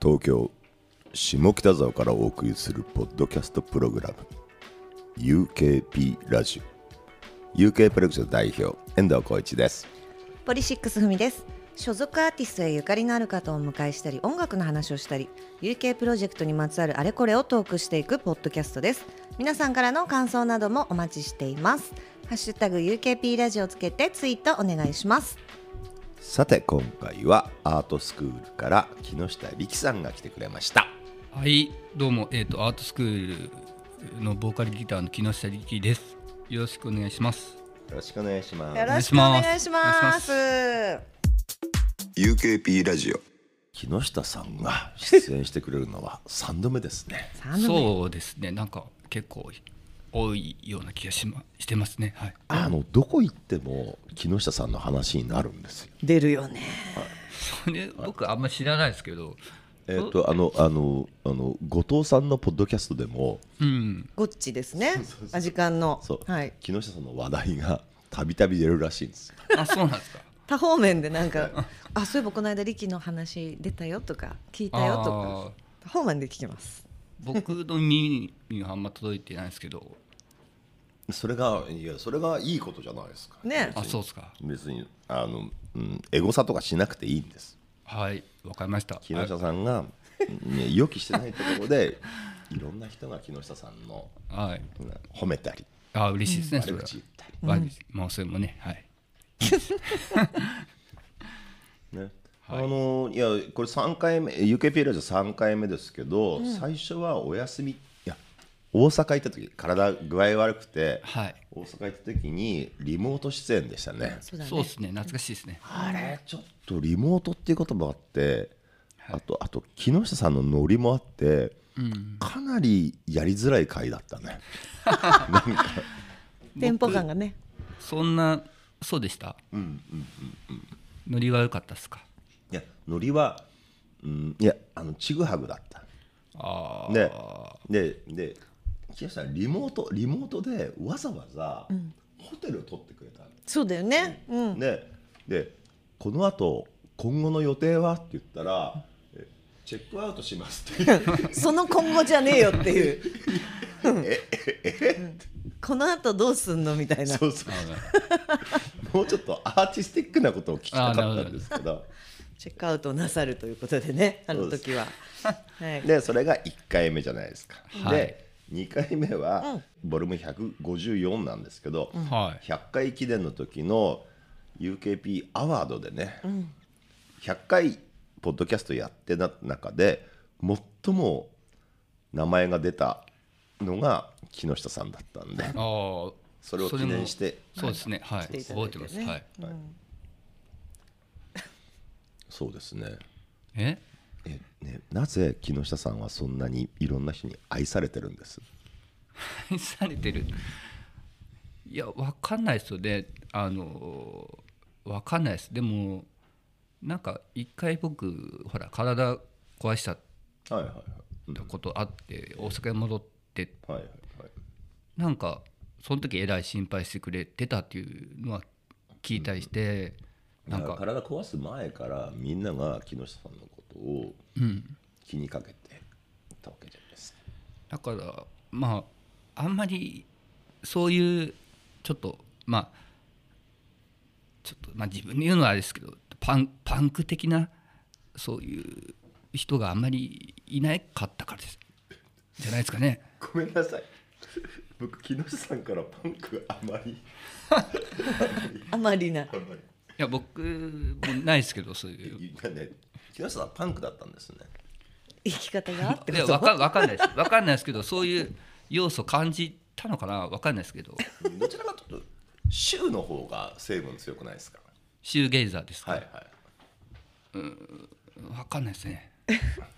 東京下北沢からお送りするポッドキャストプログラム UKP ラジオ UK プロジェクト代表遠藤浩一ですポリシックスふみです所属アーティストやゆかりのある方をお迎えしたり音楽の話をしたり UK プロジェクトにまつわるあれこれをトークしていくポッドキャストです皆さんからの感想などもお待ちしていますハッシュタグ UKP ラジオつけてツイートお願いしますさて今回はアートスクールから木下力さんが来てくれましたはい、どうも、えっ、と、アートスクールのボーカルギターの木下力です。よろしくお願いします。よろしくお願いしまよすろろししくおくお願願いいししまますす UKP ラジオ木下さんが出演してくれるのは3度目ですねさあそうですね、なんか結構多いような気がし,、ま、してますね。はい。あのどこ行っても木下さんの話になるんですよ出るよねそれ、僕あんま知らないですけど。えっ、とあのあのあの後藤さんのポッドキャストでもうん、ゴッチですねアジカンのそう、はい木下さんの話題が たびたび出るらしいんですよあ、そうなん ですか。多方面でなんかあそういえばこの間力の話出たよとか聞いたよとか多方面で聞きます僕の耳にはあんま届いてないですけど。それがいやそれがいいことじゃないですかねあ、そうですか。別にあの、うん、エゴサとかしなくていいんですはい、わかりました。木あ下さんが、ね、予期してないところでいろんな人が木下さんのはい。うん褒めたりあ、嬉しいですね、そ悪れは口。言ったり、悪口まあ、それもね、はい。ねあのいやこれ3回目 UKP ラジオ3回目ですけど、最初はお休みいや大阪行った時体具合悪くて、はい。大阪行った時にリモート出演でしたねそうだねそうですね、懐かしいですね。あれちょっとリモートっていうこともあって、あとあと木下さんのノリもあって、かなりやりづらい回だったねテンポ感がねそんな、そうでした。うん、うん、うん。ノリが良かったですか。いやノリは、うん、いやあのちぐはぐだったああ、ででで木下さんリモートリモートでわざわざホテルを取ってくれたの、そうだよねうんででこのあと今後の予定はって言ったら、えチェックアウトしますってその今後じゃねえよっていううんこの後どうすんのみたいなそうそう もうちょっとアーティスティックなことを聞きたかったんですけどチェックアウトなさるということでねあの時ははいでそれが1回目じゃないですか、はいで2回目は、ボリューム154なんですけど、はい。 100回記念の時の UKP アワードでね、100回ポッドキャストやってた中で最も名前が出たのが木下さんだったんでああ、それを記念してそれもそうですね。はい。ていただ覚いえててねます。はい。そうですねえ、 えねなぜ木下さんはそんなにいろんな人に愛されてるんです愛されてる。いや、わかんないですよね。あの、わかんないです。でも、なんか一回僕、ほら、体壊しちゃっはいはいたことあって、大阪に戻って。はいはいなんかその時えらい心配してくれてたっていうのは聞いたりして、ななんんかか体壊す前からみんなが木下さんのことを気にかけてたわけじゃないですか、だからまああんまりそういうちょっとまあちょっとまあ自分で言うのはあれですけどパンパンク的なそういう人があんまりいなかったからですじゃないですかね。ごめんなさい 僕木下さんからパンクあまりあまりないあまりいや僕もないですけどそういう。いやね木下さんパンクだったんですね生き方があっていこやとわかわかんないですわかんないですけどそういう要素感じたのかなわかんないですけど。どちらかというと州の方が成分強くないですかシューゲイザーですか、はいは分かんないですね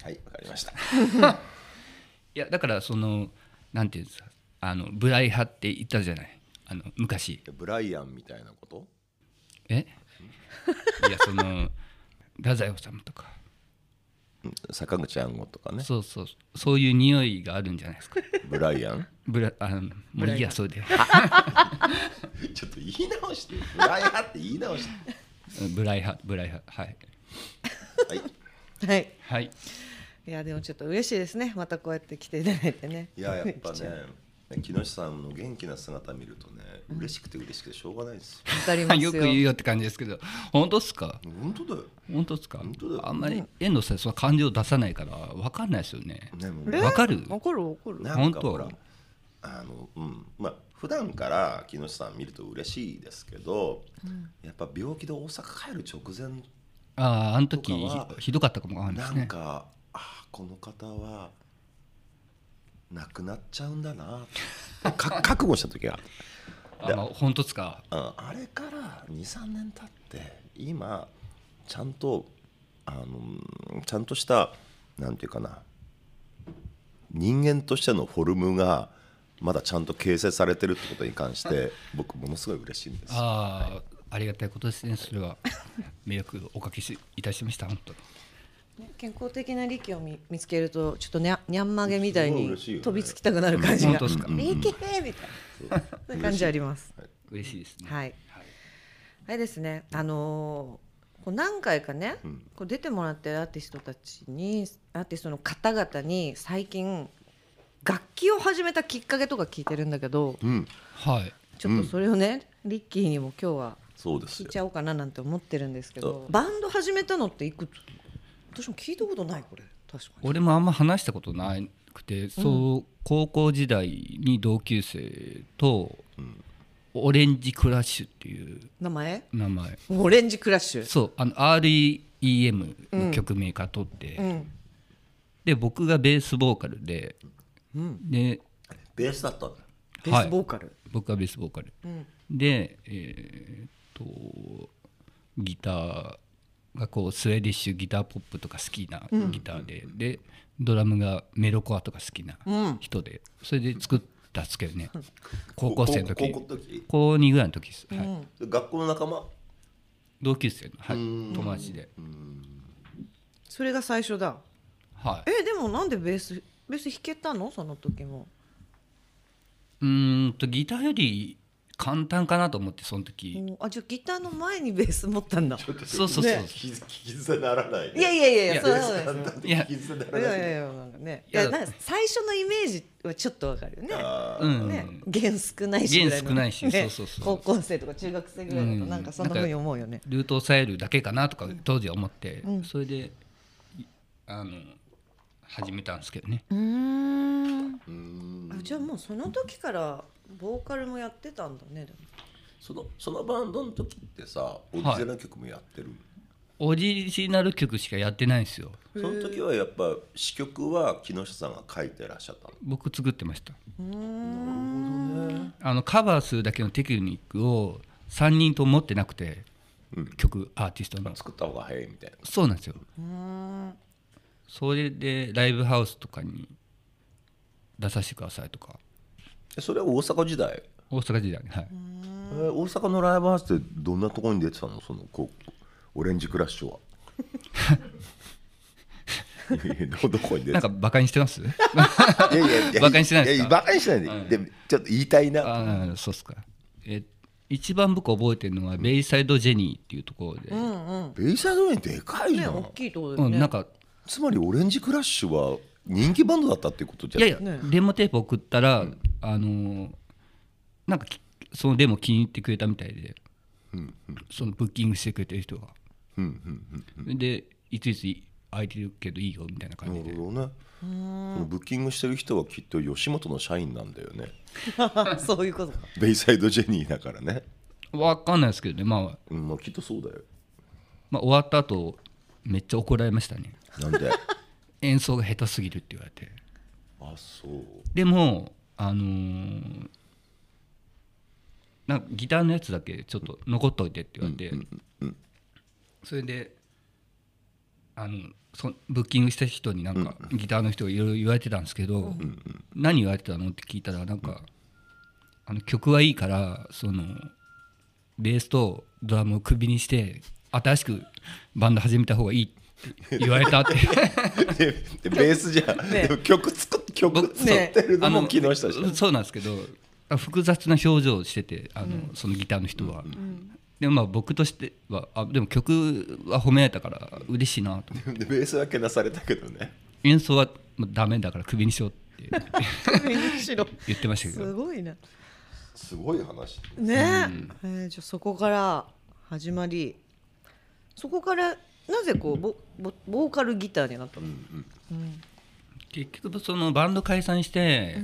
いはいわかりましたいやだからそのなんていうんですかあのブライ派って言ったじゃないあの昔ブライアンみたいなことえ いやその太宰治とか坂口安吾とかねそうそうそういう匂いがあるんじゃないですかブライアンブラあのもういいやそれで ちょっと言い直してブライアンって言い直してブライ派ブライ派はいはいはいはいいやでもちょっと嬉しいですねまたこうやって来ていただいてねい ややっぱ貴重ね木下さんの元気な姿見るとね嬉しくて嬉しくてしょうがないですわかりますよ よく言うよって感じですけど本当っすかよ本当だよ本当っすか本当だよあんまり遠藤さんその感情出さないから分かんないですよねねもうえわかるわかるわかるなんか本当ほらあのうんまあ普段から木下さん見ると嬉しいですけど、やっぱ病気で大阪帰る直前あああの時とかはひどかったかもわかんないでなすんねか、あーこの方は亡くなっちゃうんだなって か覚悟した時があまあ本当っすかああれから23年経って今ちゃんとあのうんちゃんとしたなんていうかな人間としてのフォルムがまだちゃんと形成されてるってことに関して 僕ものすごい嬉しいんですああ、ありがたいことですねそ れは迷惑をおかけしいたしました本当に健康的な力を見見つけるとちょっとにゃにゃんまげみたいすごいに嬉しいよね飛びつきたくなる感じうんが本当っすかうんいけーみたいなそういう感じあります嬉しいですねはいあれですねあのーこう何回かね、うんこう出てもらってるアーティストたちにアーティストの方々に最近楽器を始めたきっかけとか聞いてるんだけどうんはいちょっとそれをね、リッキーにも今日はそうです聞いよちゃおうかななんて思ってるんですけどそバンド始めたのっていくつ私も聞いたことないこれ確かに俺もあんま話したことなくて、そう高校時代に同級生と、んオレンジクラッシュっていう名前名前オレンジクラッシュ、そうあの REM の曲名から取って、うん、で僕がベースボーカルで、で、ベースだったんだベースボーカル、僕がベースボーカル、んでえーっとギターがこうスウェーディッシュギターポップとか好きなギターで、でドラムがメロコアとか好きな人で、それで作ったんですけどね高校生の時高校の時高2ぐらいの時です、はい学校の仲間同級生の、はい、友達で、それが最初だはい、えでもなんでベースベース弾けたのその時もうーんとギターより簡単かなと思ってその時、おあじゃあギターの前にベース持ったんだそうそうそう、ね傷傷にならないねいやいやいやいやそうベーそうスですだよったっていや傷にないらやいないやいやなんかねいいややなんか最初のイメージはちょっとわかるよねあーうん、ね、弦少ないしぐらの弦少ないしねそうそうそう高校生とか中学生ぐらいだとうんなんかそんなふうに思うよねルートを抑えるだけかなとか当時は思って、それでいあの始めたんですけどねうんうんあじゃあもうその時からボーカルもやってたんだねでもそのそのバンドの時ってさオリジナルの曲もやってる、オリジナル曲しかやってないんですよその時はやっぱ詞曲は木下さんが書いてらっしゃったの僕作ってましたなるほどねあのカバーするだけのテクニックを3人とも持ってなくて、曲アーティストの作った方が早いみたいなそうなんですよそれでライブハウスとかに出させてくださいとかえそれは大阪時代、大阪時代にはいえー大阪のライブハウスってどんなところに出てたのそのこうオレンジクラッシュ はいやいやどどこに出なてんかたバカにしてます いやいやいやバカにしてないでやすかやバカにしてないで,、でちょっと言いたいなああそうっすかえ一番僕覚えてるのはベイサイドジェニーっていうところで、ううんうんベイサイドウェイでかいじねゃん、大きいところんだよねなんかつまりオレンジクラッシュは人気バンドだったっていうことじいゃやいや、ねデモテープ送ったら、あのーなんかきそのデモ気に入ってくれたみたいで、そのブッキングしてくれてる人が、うんうんうんでいついつ空いてるけどいいよみたいな感なじるで、ほどねそのブッキングしてる人はきっと吉本の社員なんだよね そういうことかベイサイドジェニーだからね、わかんないですけどね、まあうん、まあきっとそうだよまあ、終わった後めっちゃ怒られましたねなんで演奏が下手すぎるって言われてあそうでもあのーなんかギターのやつだけちょっと残っといてって言われて、それであのそブッキングした人になんか、ギターの人がいろいろ言われてたんですけど、何言われてたのって聞いたらなんか、あの曲はいいからそのベースとドラムをクビにして新しくバンド始めた方がいいって言われ たってででベースじゃ、ねでも曲作っ曲作ってるのも木下氏、そうなんですけどあ複雑な表情をしててあの、そのギターの人は、でもまあ僕としてはあでも曲は褒められたから嬉しいなと思ってでベースはけなされたけどね演奏はもうダメだからクビにしようって首にしろ言ってましたけすどごいなすごい話ねええーじゃあそこから始まりそこからなぜこうボボボーカルギターになったの、結局そのバンド解散して、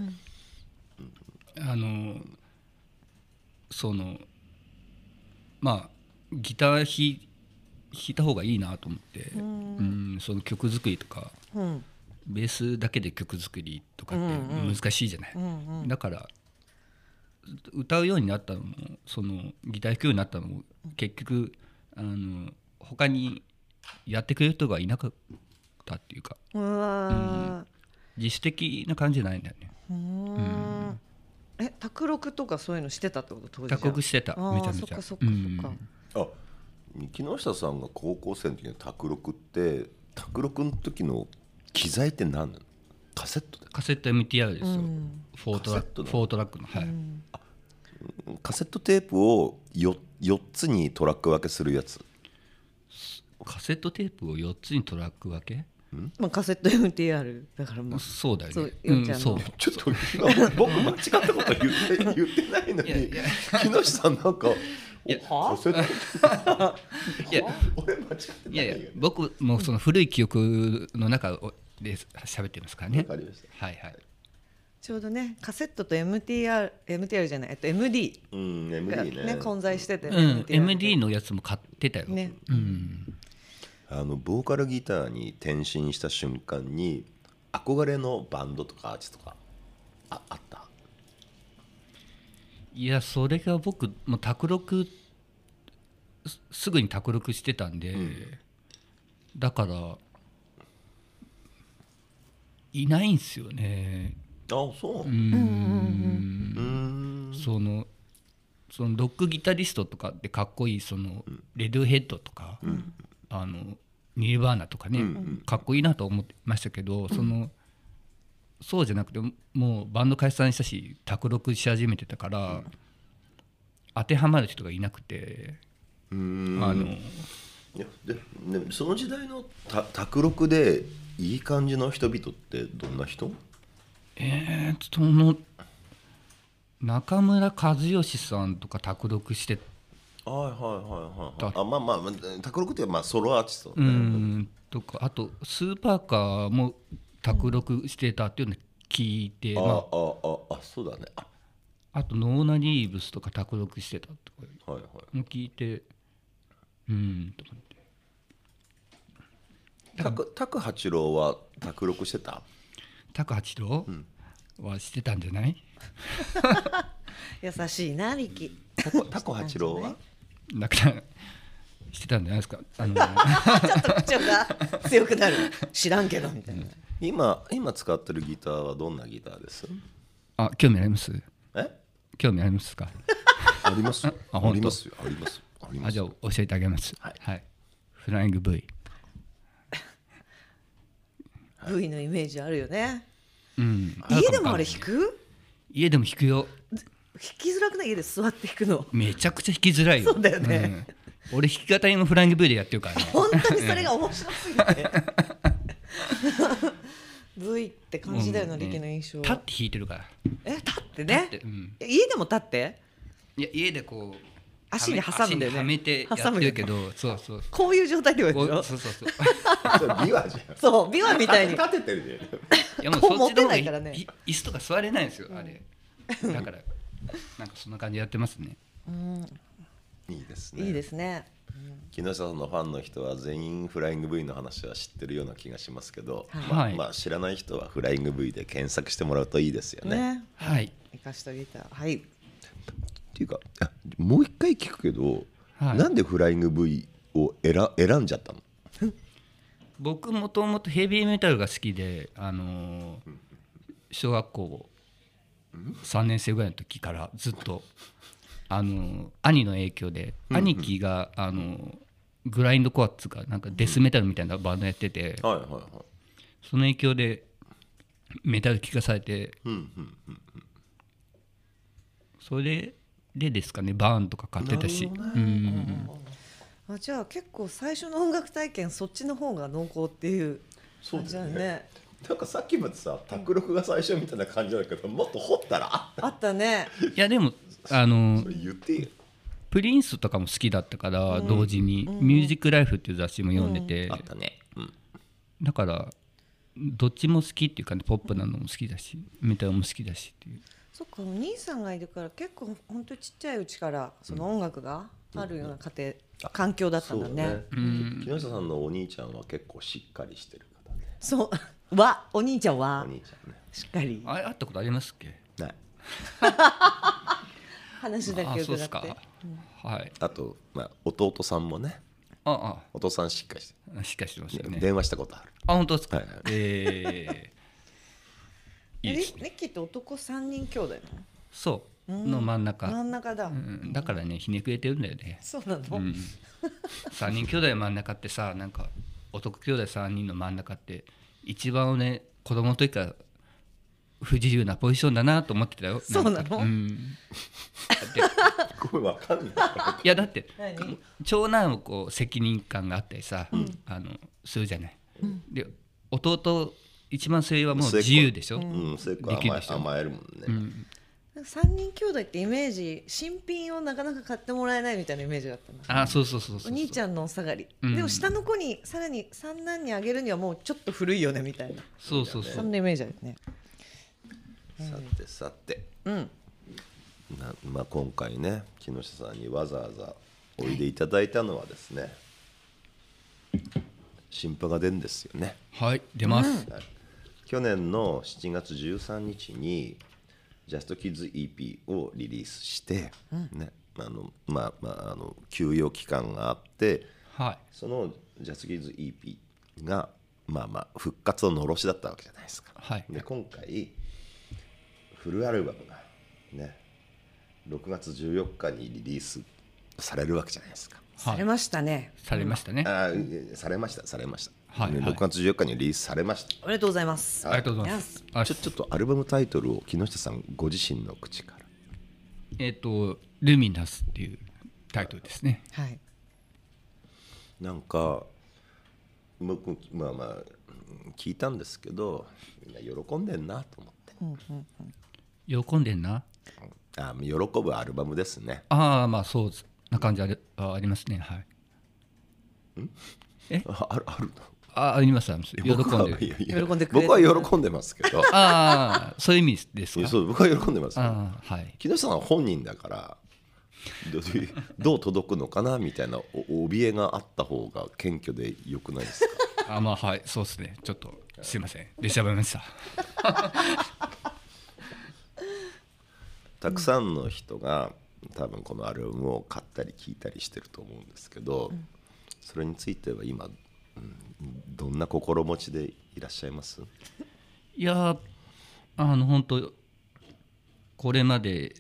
あのそのまあギター弾弾いた方がいいなと思って、うんその曲作りとかうんベースだけで曲作りとかって難しいじゃない、だから歌うようになったのもそのギター弾くようになったのも結局あの他にやってくれる人がいなかったっていうかうわ自主的な感じじゃないんだよねーうんえ卓録とかそういうのしてたってこと当時じゃ脱ん獄してたあーめちゃめちそゃっかそっかそっか、うんあ木下さんが高校生の時の卓録って卓録の時の機材って何なのカセットだカセット MTR ですよ、うんフォートカセラッットクのフォートラックのはい、カセットテープを 4, 4つにトラック分けするやつカセットテープを4つにトラック分け、まあ、カセット MTR だからまあそうだよねそううんじゃあそうちょっと今僕間違ったこと言って言ってないのに木下さんなんかおカセットいや俺間違っていなやいいやよね僕もうその古い記憶の中をで喋ってますからねわかりましはいはいちょうどねカセットと MTR MTR じゃないえっと MD うんが MD ねね混在してて、うん MD ののやつも買ってたよ、ねうんあのボーカルギターに転身した瞬間に憧れのバンドとかアーティストとかああったいやそれが僕もう卓録すすぐに卓録してたんで、だからいないんすよねあそうううんーんそのそのロックギタリストとかってかっこいいそのレディオヘッドとか、あのニルバーナとかね、かっこいいなと思ってましたけど、そのそうじゃなくてもうバンド解散したし卓録し始めてたから、当てはまる人がいなくて、うーんあのいやででその時代のた卓録でいい感じの人々ってどんな人えーっとその中村和義さんとか卓録してはいはいはいはいだあまあまあまあ卓録ってまあソロアーティストうね、んとかあとスーパーカーも卓録してたっていうのを聞いて、あまあああそうだねああ、あとノーナ・リーブスとか卓録してたとかはいはいも聞いてうんと思って拓拓八郎は卓録してた卓八郎はしてたんじゃない優しいな力拓拓八郎はだからしてたんじゃないですかあのちょっと口調が強くなる知らんけどみたいな今今使ってるギターはどんなギターですあ興味ありますえ興味ありますかありますよああ本当りますよありますよありあますじゃあよ教えてあげますはいフライング V V のイメージあるよねうん家でもあれ弾く家でも弾くよ弾きづらくない家で座って弾くのめちゃくちゃ弾きづらいよそうだよねうん俺弾き語りもフライング V でやってるからね本当にそれが面白すぎ て V って感じだよなうんね力の印象立って弾いてるからえ立ってね立ってうん家でも立っていや家でこう足に挟むんだよね足にはめてやってるけどそうそうこういう状態でもやこるうでしょそうそう そうそれビワじゃんそうビワみたいに立ててるねいやもうこうそ持っちの方てがないいからねい椅子とか座れないんですよあれだからなんかそんな感じやってますねいいですねいいですね木下さんのファンの人は全員フライング V の話は知ってるような気がしますけど、はいまあ、まあ知らない人はフライング V で検索してもらうといいですよね。ねはい生かしたギターはいっていうかあもう一回聞くけど、はいなんでフライング V を選選んじゃったの僕もともとヘビーメタルが好きであのー小学校3年生ぐらいの時からずっとあのー兄の影響で兄貴があのーグラインドコアっつうかなんかデスメタルみたいなバンドやっててはいはいはい。その影響でメタル聴かされてそれでですかねバーンとか買ってたしうんあじゃあ結構最初の音楽体験そっちの方が濃厚っていう感じだよねなんかさっきまでさ卓録が最初みたいな感じだけどもっと掘ったらあったねいやでもあのそれ言っていいよプリンスとかも好きだったから同時に「ミュージックライフっていう雑誌も読んでてたねうんだからどっちも好きっていうかねポップなのも好きだしメタルも好きだしっていうそっかお兄さんがいるから結構ほんとちっちゃいうちからその音楽があるような家庭、あ環境だったんだそうねね木下さんのお兄ちゃんは結構しっかりしてる方ねそう わお兄ちゃんおは兄ちゃんねしっかりあれ会ったことありますっけない話だあけそう伺っですてかはいあと、まあ、弟さんもねあお父さんしっかりしてあしっかりしてましたる、よね電話したことあ るあ本当ですかはいはいえーいいですえリねッキーって男三人兄弟なそうのうんの真ん中真ん中だ、うんだからねひねくれてるんだよねそうなの、うん、3人兄弟真ん中ってさなんか男兄弟3人の真ん中って一番ね子供の時から不自由なポジションだなと思ってたよそうなのんかうんだってごめんわかんないいやだって何長男をこう責任感があったりさ、あのするじゃない、で弟一番末はもう自由でしょ、うん末っ子はできる甘でえしょ甘えるもんね、うん三人兄弟ってイメージ新品をなかなか買ってもらえないみたいなイメージだったなあそうそうそうそうお兄ちゃんゃんのお下がり、うんでも下の子にさらに三男にあげるにはもうちょっと古いよねみたいなそうそうそそうんなイメージだよねさてさてうんな、まあ、今回ね木下さんにわざわざおいでいただいたのはですね新婦が出んですよねはい出ます、はい去年の7月13日に「ジャストキッズ EP をリリースして、ねあのまあまあ、あの休養期間があってはいその「ジャストキッズ EP がまあまあ復活ののろしだったわけじゃないですか。はいで今回フルアルバムがね6月14日にリリースされるわけじゃないですか。されましたねされましたね、あーされましたされました、はいねはい6月14日にリリースされましたおめでとうございますありがとうございます。あちょちょっとアルバムタイトルを木下さんご自身の口からえっ、と「ルミナス」っていうタイトルですね。はいなんか僕まあまあうん聞いたんですけどみんな喜んでんなと思って喜んでんな。あ喜ぶアルバムですねああまあそうですな感じあるあありますねはい。ああるあるあありますあります喜ん僕はでる。いやいや喜んでくれる僕は喜んでますけどああそういう意味ですいやか。そう僕は喜んでますよああはい。木下さんは本人だからどういうどう届くのかなみたいなお怯えがあった方が謙虚でよくないですかあまあはいそうですねちょっとすいません出しゃばりました。たくさんの人が多分このアルバムを買ったり聴いたりしてると思うんですけど、それについては今、うん、どんな心持ちでいらっしゃいますいやーあの本当これまで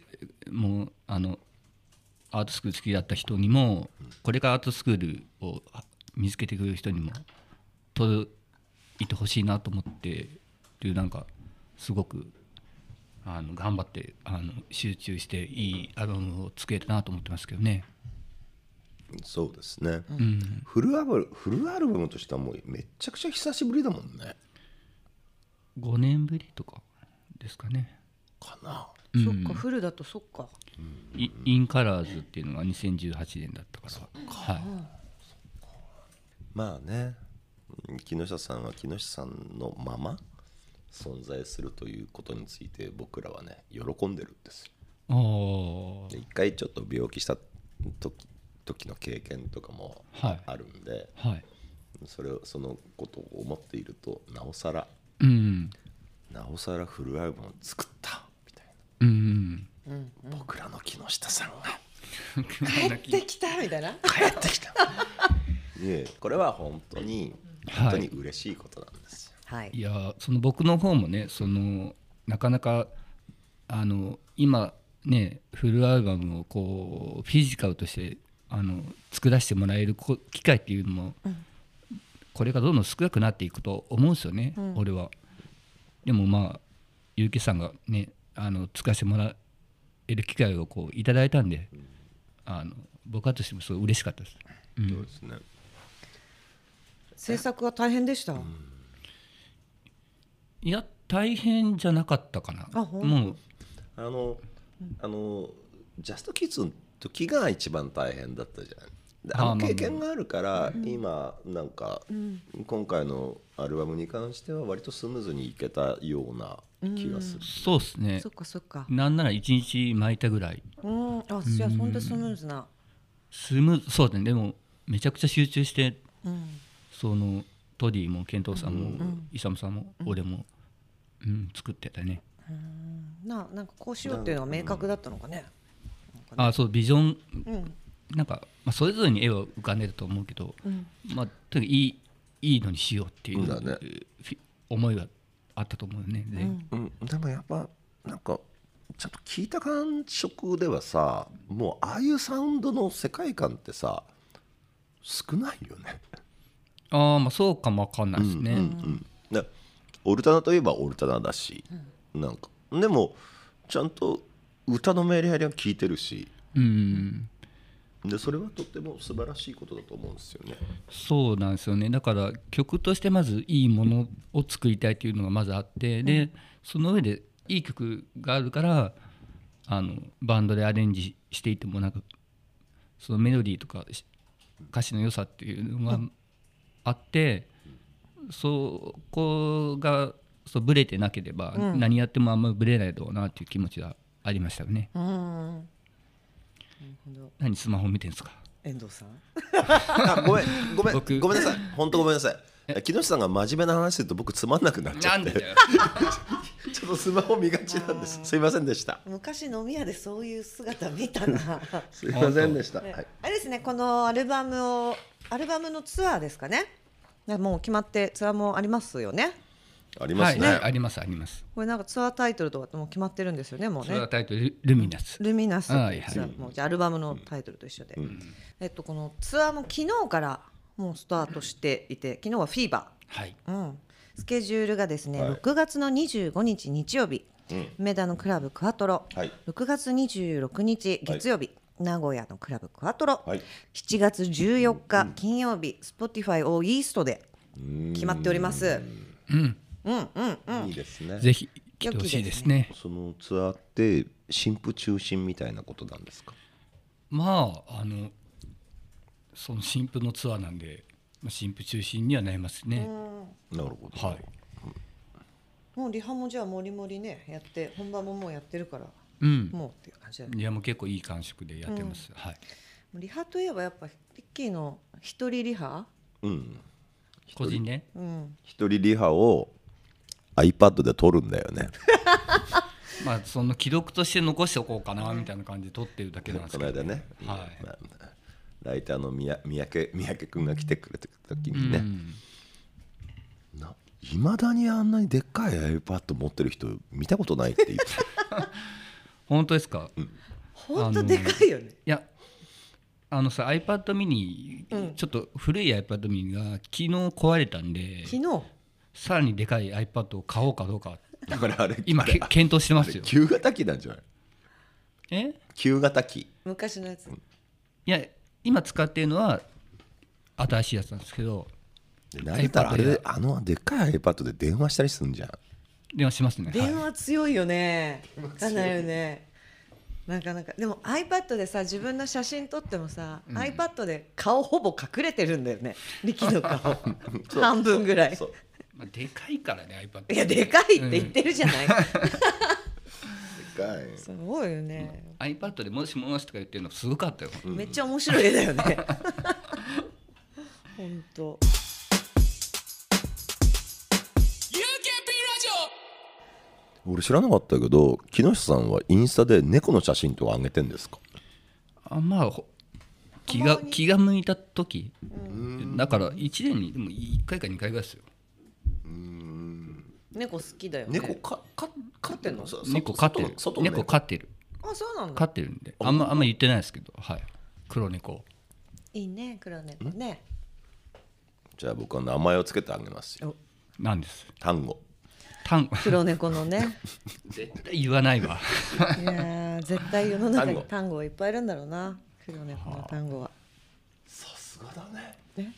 もうあのアートスクール好きだった人にもこれからアートスクールをあ見つけてくれる人にも届いてほしいなと思ってというなんかすごくあの頑張ってあの集中していいアルバムを作れたなと思ってますけどね。そうですね、うん、フルアルフルアルバムとしてはもうめっちゃくちゃ久しぶりだもんね5年ぶりとかですかね。かなそっかフルだとそっかイインカラーズっていうのが2018年だったから。はいまあねうん木下さんは木下さんのまま存在するということについて僕らはね喜んでるんですよあーで一回ちょっと病気した時時の経験とかもはいあるんで、はいそれをそのことを思っているとなおさらうんなおさらフルアルバムを作ったみたいうんな、僕らの木下さんが帰ってきたみたいな帰ってきたねえこれは本当にはい本当に嬉しいことなんですよ、はいいやーその僕の方もねそのなかなかあの今ねフルアルバムをこうフィジカルとしてあの作らせてもらえるこ機会っていうのも、これがどんどん少なくなっていくと思うんですよね、俺は。でもまあ結城さんがねあの使わせてもらえる機会をこういただいたんで、あの僕はとしてもすごい嬉しかったです。うんそうですね制作は大変でしたいや大変じゃなかったかなあほんともうあのあのジャストキッズの時が一番大変だったじゃんであーあのまあ経験があるから今なんかん今回のアルバムに関しては割とスムーズにいけたような気がする、そうですねそっかそっかなんなら1日巻いたぐらいうんあじゃあ本当スムーズなスムーズそうですねでもめちゃくちゃ集中してうんそのトディもケントーさんも、んイサムさんも、俺も、うん、作ってたねななんかこうしようっていうのが明確だったのかねあそうビジョンうんなんか、まあ、それぞれに絵は浮かんでると思うけど、うんまあ、とにかくいいいいのにしようっていうそうだねふ思いはあったと思うよね、でうん、でもやっぱなんかちゃんと聞いた感触ではさもうああいうサウンドの世界観ってさ少ないよねああまあそうかもわかんないですね、うんでオルタナといえばオルタナだし、なんかでもちゃんと歌のメリハリは聞いてるしうんでそれはとっても素晴らしいことだと思うんですよね。そうなんですよねだから曲としてまずいいものを作りたいっていうのがまずあってで、その上でいい曲があるからあのバンドでアレンジしていてもなんかそのメロディーとかし歌詞の良さっていうのがあって、そこがそうブレてなければ、うん何やってもあんまブレないだろうなっていう気持ちがありましたよね。うんなるほど何スマホ見てんすか遠藤さんあごめんごめ僕んごめんなさい本当ごめんなさい木下さんが真面目な話すると僕つまんなくなっちゃなっんでてだよちょっとスマホ見がちなんですすいませんでした昔飲み屋でそういう姿見たな、すいませんでした、はいね、あれですねこのアルバムをアルバムのツアーですかねねもう決まってツアーもありますよねありまはすい、ね、ありますあります。これなんかツアータイトルとかってもう決まってるんですよねもうそれねはタイトル「ルミナス」ルミナスツアー、はいはいもうじゃあアルバムのタイトルと一緒で、えっとこのツアーも昨日からもうスタートしていて昨日はフィーバはい。ー、うん、スケジュールがですね、はい6月の25日日曜日、うん梅田のクラブクアトロ、はい6月26日月曜日、名古屋のクラブクアトロ、はい7月14日金曜日、Spotify をイーストで決まっております。うん、うん、うん、いいですねぜひ来てほしいですね。そのツアーって神父中心みたいなことなんですかまああのその新婦のツアーなんで、まあ、新婦中心にはなりますね。なるほど、はい。もうリハもじゃあもりもりねやって本番ももうやってるからうん。もうっていう感じだよねいやもう結構いい感触でやってます。はい。リハといえばやっぱリッキーの一人リハ、うん、個人ね。うん、一人リハを iPad で撮るんだよねまあその記録として残しておこうかなみたいな感じで撮ってるだけなんですこけのど。間ね、はいまあライターの三宅三宅三宅君が来てくれた時にうねんいま、未だにあんなにでっかい iPad 持ってる人見たことないって 言って本当ですか。い本当でかいよね、や。あのさ iPad mini、ちょっと古い iPad mini が昨日壊れたんで昨日さらにでかい iPad を買おうかどうかだからあれ今けあ検討してまれすよ旧型機なんじゃないえ旧型機昔のやつ、いや今使ってるのは新しいやつなんですけどで慣れたらあれ iPad でやあのでっかい iPad で電話したりするんじゃん電話しますね、電はい話強い よねかなりよねなかなかでも iPad でさ自分の写真撮ってもさ、iPad で顔ほぼ隠れてるんだよね力の顔 そう半分ぐらいそうまあ、でかいからね iPad いやでかいって言ってるじゃない、でかい すごいよね、 iPad でもしもしとか言ってるのすごかったよ、めっちゃ面白い絵だよね 本当 UKP ラ俺知らなかったけど木下さんはインスタで猫の写真とか上げてんですかあまあほ気がたまに気が向いた時、だから1年にでも1回か2回ぐらいですよ猫好きだよね猫かか飼ってんのさ猫飼ってる外の外の猫飼ってるあそうなん飼だってるんであんまあんま言ってないですけどはい黒猫いいね黒猫ねじゃあ僕は名前をつけてあげますよなんです単語タン黒猫のね 絶対言わないわいやー絶対世の中単に語単語はいっぱいいるんだろうな黒猫の単語はさすがだねね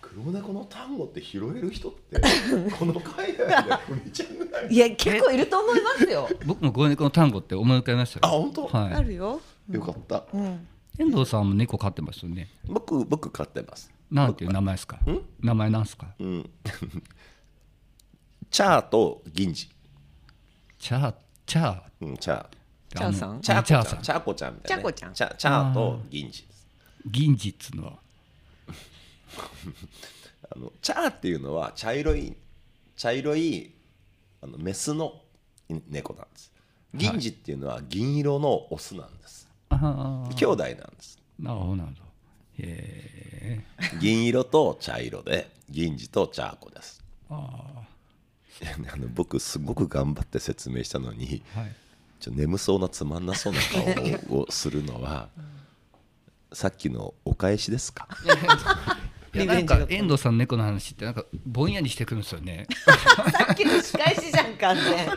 黒黒猫の単語って拾える人ってこの海外で踏みちゃんぐらいいや結構いると思います よ。僕も黒猫の単語って思い浮かべましたあよ本当、は あい、るよ。よかったうん。遠藤さんも猫飼ってますよね僕僕飼ってますなんていう名前ですか名前なんですかうんチャーと銀次、チャーチャーっうん、チャーてあチのャーさんチャーコチちゃんチャーさんャーコちゃんみたいな、ね、チャーコちゃんチャチャーと銀次です銀次っつうのはあのチャーっていうのは茶色い茶色いあのメスの猫なんです銀次っていうのは銀色のオスなんです、ああ兄弟なんですなるほどなるほどへえ銀色と茶色で銀次とチャーコです ああの僕すごく頑張って説明したのにあはいちょ眠そうなつまんなそうな顔 ををするのはさっきのお返しです かいやリなベんンジだか遠藤さんの猫の話ってなんかぼんやりしてくるんですよねさっきの仕返しじゃん完全。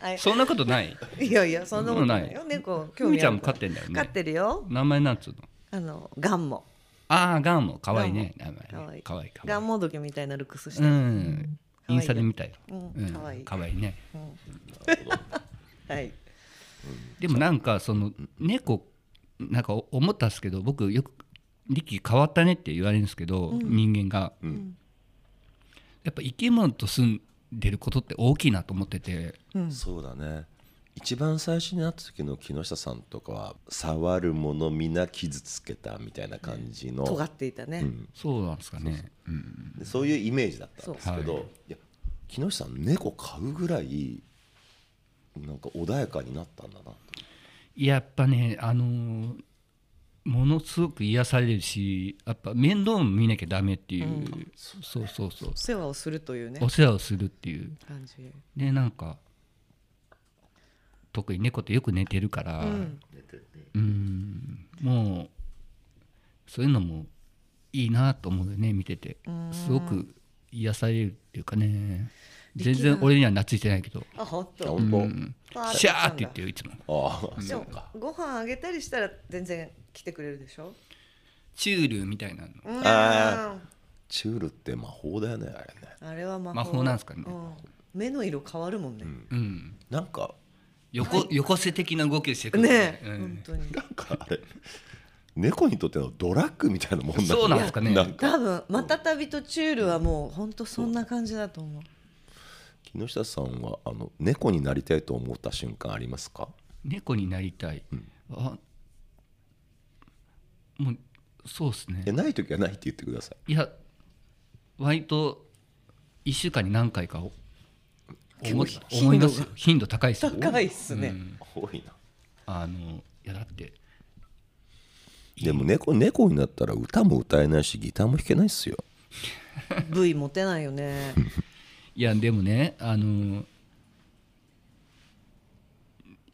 はいそんなことないいやいやそんなことないよそ猫ふ 興み味ちゃあんるも飼ってんだよね飼ってるよ名前なんつうのあのガンもああガンも可愛いね名前ね可愛い可愛い可愛いガンモドキみたいなルックスしてうるん可愛いよインスタで見たようんうん可愛い可愛いねはいでもなんかその猫なんか思ったんですけど僕よく力変わったねって言われるんですけど、人間が、んやっぱ生き物と住んでることって大きいなと思っててうんそうだね一番最初に会った時の木下さんとかは触るもの皆傷つけたみたいな感じの、尖っていたねうんそうなんですかねうんでそういうイメージだったんですけど、はいい、や木下さん猫飼うぐらいなんか穏やかになったんだなとやっぱねあのーものすごく癒されるしやっぱ面倒も見なきゃダメっていう、そうそうそう世話をするというねお世話をするっていう感じでなんか特に猫ってよく寝てるから、うんうんもうそういうのもいいなと思うよね見ててすごく癒されるっていうかね全然俺には懐いてないけどあ本あ当本当、パーシャーって言ってるいつもああでそうもかご飯あげたりしたら全然来てくれるでしょチュールみたいなのうんあチュールって魔法だよねあれねあれは魔法魔法なんすかねうん目の色変わるもんねうんなんか横横背的な動きをしてくるねえう本ん当になんかあれ猫にとってのドラッグみたいなもんだそうなんですかねなん多分またたびとチュールはもう本当そんな感じだと思う木下さんはあの猫になりたいと思った瞬間ありますか猫になりたいあもうそうですねいやない時はないって言ってくださいいや割と1週間に何回かお思い結構頻思い度がますよ頻度高いですよ高いっすうねん多いなあのいやだってでも猫猫になったら歌も歌えないしギターも弾けないっすよ V 持てないよねいやでもねあの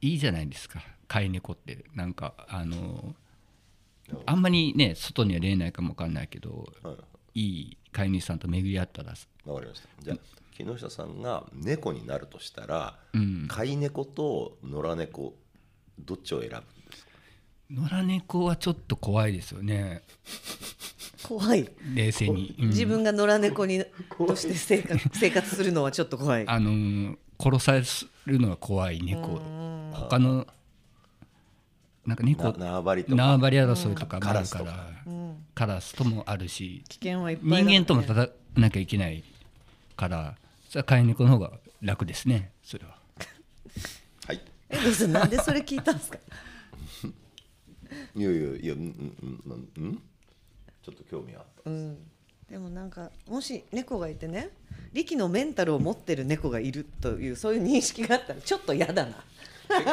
いいじゃないですか飼い猫ってなんかあのあんまりね外には出れないかもわかんないけど、いい飼い主さんと巡り合ったらわかりましたじゃあ木下さんが猫になるとしたら、うん飼い猫と野良猫どっちを選ぶんですか野良猫はちょっと怖いですよね 怖い冷静に、うん自分が野良猫にとして生活 生活するのはちょっと怖いあのー殺されるのが怖い猫他のなんか猫な縄張りとか縄張り争いとかもうんカあラるスかとらかカラスともあるし危険はいっぱいだ人らね間とも戦わなきゃいけないからそれは飼い猫の方が楽ですねそれははい遠藤さんなんでそれ聞いたんですかいやいやいやうんうんうんうんちょっと興味あったうんでもなんかもし猫がいてね力のメンタルを持ってる猫がいるというそういう認識があったらちょっと嫌だな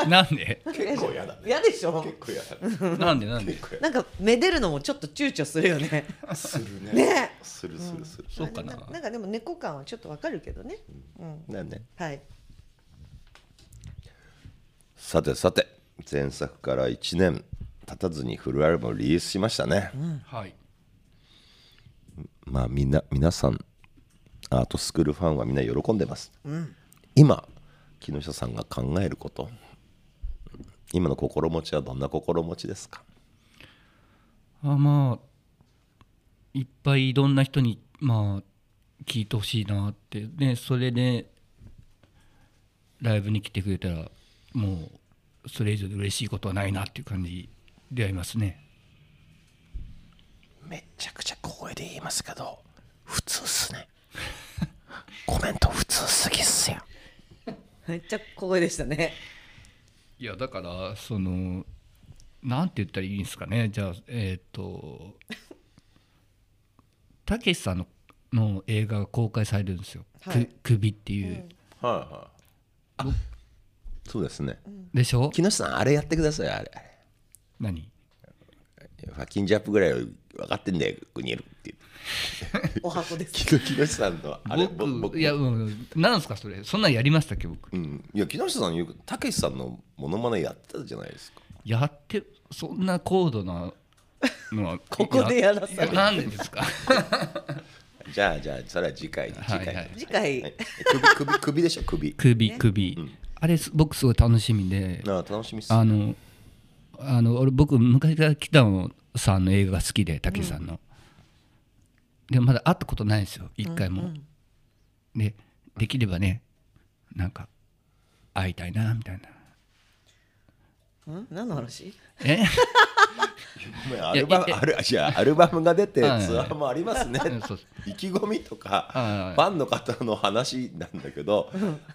なんで 結構嫌だね嫌でしょ結構嫌だなん でなんで結構なんかめでるのもちょっと躊躇するよ ね嫌するねねするするする、そうかなあでもなんかでも猫感はちょっとわかるけどねうんだよねはいさてさて前作から1年経たずにフルアルバムをリリースしましたね、はいまあみんな皆さんアートスクールファンはみんな喜んでます、今木下さんが考えること今の心持ちはどんな心持ちですかあまあいっぱいいろんな人にまあ聞いてほしいなってねそれでライブに来てくれたらもうそれ以上で嬉しいことはないなっていう感じでありますねめっちゃくちゃ光栄で言いますけど普通っすね コメント普通すぎっすよめっちゃ光栄でしたね。いやだからそのなんて言ったらいいんですかねじゃあえっ、とたけしさんのの映画が公開されるんですよ「はいく首」っていう、はいはいあそうですねでしょ木下さんあれやってくださいあれあれ何ファッキンジャップぐらいは分かってんだよここにいるっていう お箱です。木木下さんのあれぼ僕僕いや、うん、なんですかそれそんなんやりましたっけ僕うん、いや木下さんよくたけしさんのモノマネやってたじゃないですかやってそんな高度なのはここでやらされるいなんでですかじゃあじゃあそれは次回に次はい回に、はい次回、はい首首首でしょ 首首首、あれす僕すごい楽しみでああ楽しみっすあのあの俺僕昔から北野さんの映画が好きで武さんの、でもまだ会ったことないんですよ一回も、でできればねなんか会いたいなみたいなん何の話？えごめんアルバムあるじゃあアルバムが出てツアはいーもありますねうんそう意気込みとはかいファンの方の話なんだけ ど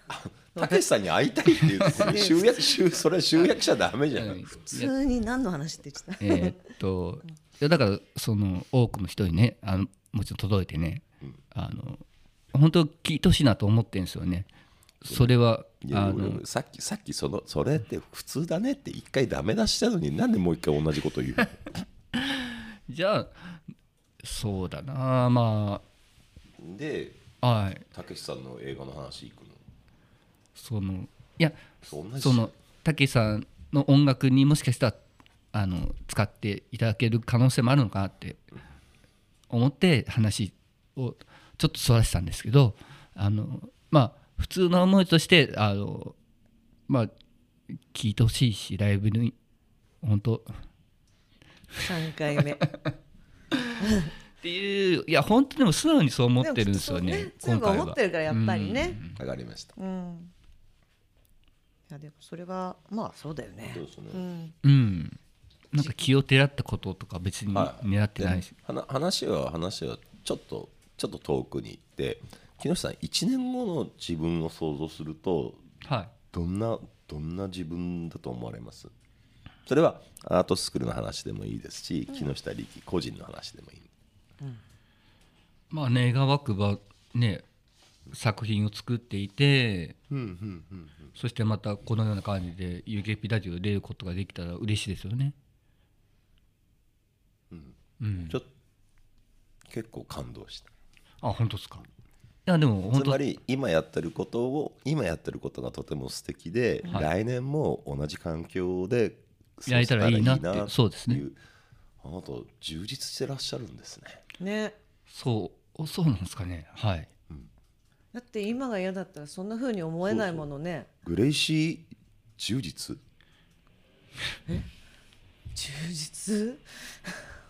あたけしさんに会いたいっていうところに集約集それは集約しちゃダメじゃん、うん普通に何の話って言ってた。えーっといやだからその多くの人にねあのもちろん届いてね、あの本当聞いてほしいなと思ってるんですよねそれはいやあ俺のもさっきさっきそのそれって普通だねって一回ダメ出ししたのになんでもう一回同じこと言うのじゃあそうだなま であはいたけしさんの映画の話いくのそのいやそう同じそのたけしさんの音楽にもしかしたらあの使っていただける可能性もあるのかなって思って話をちょっとそらしたんですけどあのまあ普通の思いとしてあのまあ聞いてほしいしライブに本当っ三回 目。ていういや本当でも素直にそう思ってるんですよねでもそうね強く思ってるからやっぱりね。上がりましたうん。いやでもそれがまあそうだよねそう。ですね、うん。うん、なんか気をてらったこととか別にはい狙ってないし、はな話は話はちょっとちょっと遠くに行って木下さん1年後の自分を想像するとはいどんなどんな自分だと思われますそれはアートスクールの話でもいいですし、木下力個人の話でもいいまあ願わくばね作品を作っていて、そしてまたこのような感じで UKP ラジオで出ることができたら嬉しいですよね。ちょっと結構感動したあ本当ですか。いやでも本つ当まり今やってることを今やってることがとても素敵で、はい来年も同じ環境でやれたらいいなって過ごせたらそうですねいうあなた充実してらっしゃるんですねね。そうそうなんですかね。はい。だって今が嫌だったらそんな風に思えないものね。グレイシー充実充実。 十字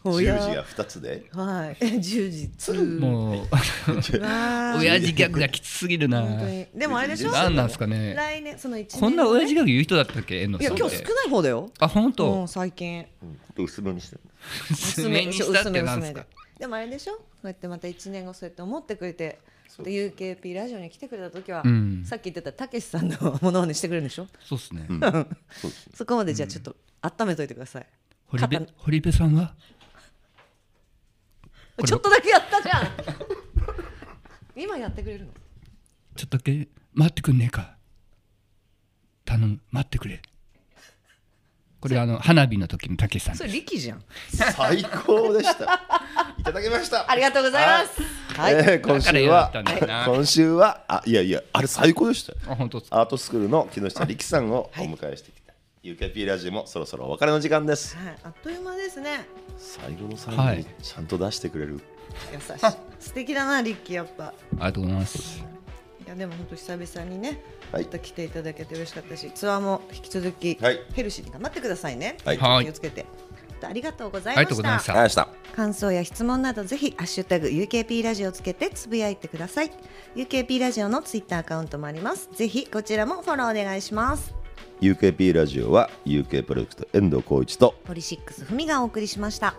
親が2つではい 充実。もううわー 親父ギャグがきつすぎるな。本当に。でもあれでしょ。なんなんですかね。来年その一年後ね。こんな親父ギャグ言う人だったっけ遠藤いやさんって今日少ない方だよ。あ本もう当。ん最近。ちょっと薄めにしてる 爪にしたってなんですか。でもあれでしょそうやってまた1年後そうやって思ってくれてそうで UKP ラジオに来てくれた時は、うんさっき言ってたたけしさんのものまねしてくれるんでしょそうですね。そうですねそこまでじゃあちょっと温めといてください、堀部肩堀部さんはれちょっとだけやったじゃん 今やってくれるのちょっとだけ待ってくんねえか頼む待ってくれこれあの花火の時のたけしさんそでれす力じゃん最高で したいただきましたありがとうございますはい、えー今週はだから嫌だったんだよな今週はあいやいやあれ最高でしたよあ本当ですかアートスクールの木下力さんをお迎えしてきた、UKP ラジオもそろそろお別れの時間ですはい、あっという間ですね最後の最は後にいちゃんと出してくれる、優しい素敵だなリッキーやっぱありがとうございますいやでも本当久々にね、はいまた来ていただけて嬉しかったしツアーも引き続きはいヘルシーに頑張ってくださいね、はいはい気をつけてトありがとうございありまがとしうございたましありがとうございた。ました感想や質問などぜひハッシュタグ UKP ラジオをつけてつぶやいてください UKP ラジオのツイッターアカウントもありますぜひこちらもフォローお願いします UKP ラジオは UK プロジェクト遠藤浩一とポリシックスふみがお送りしました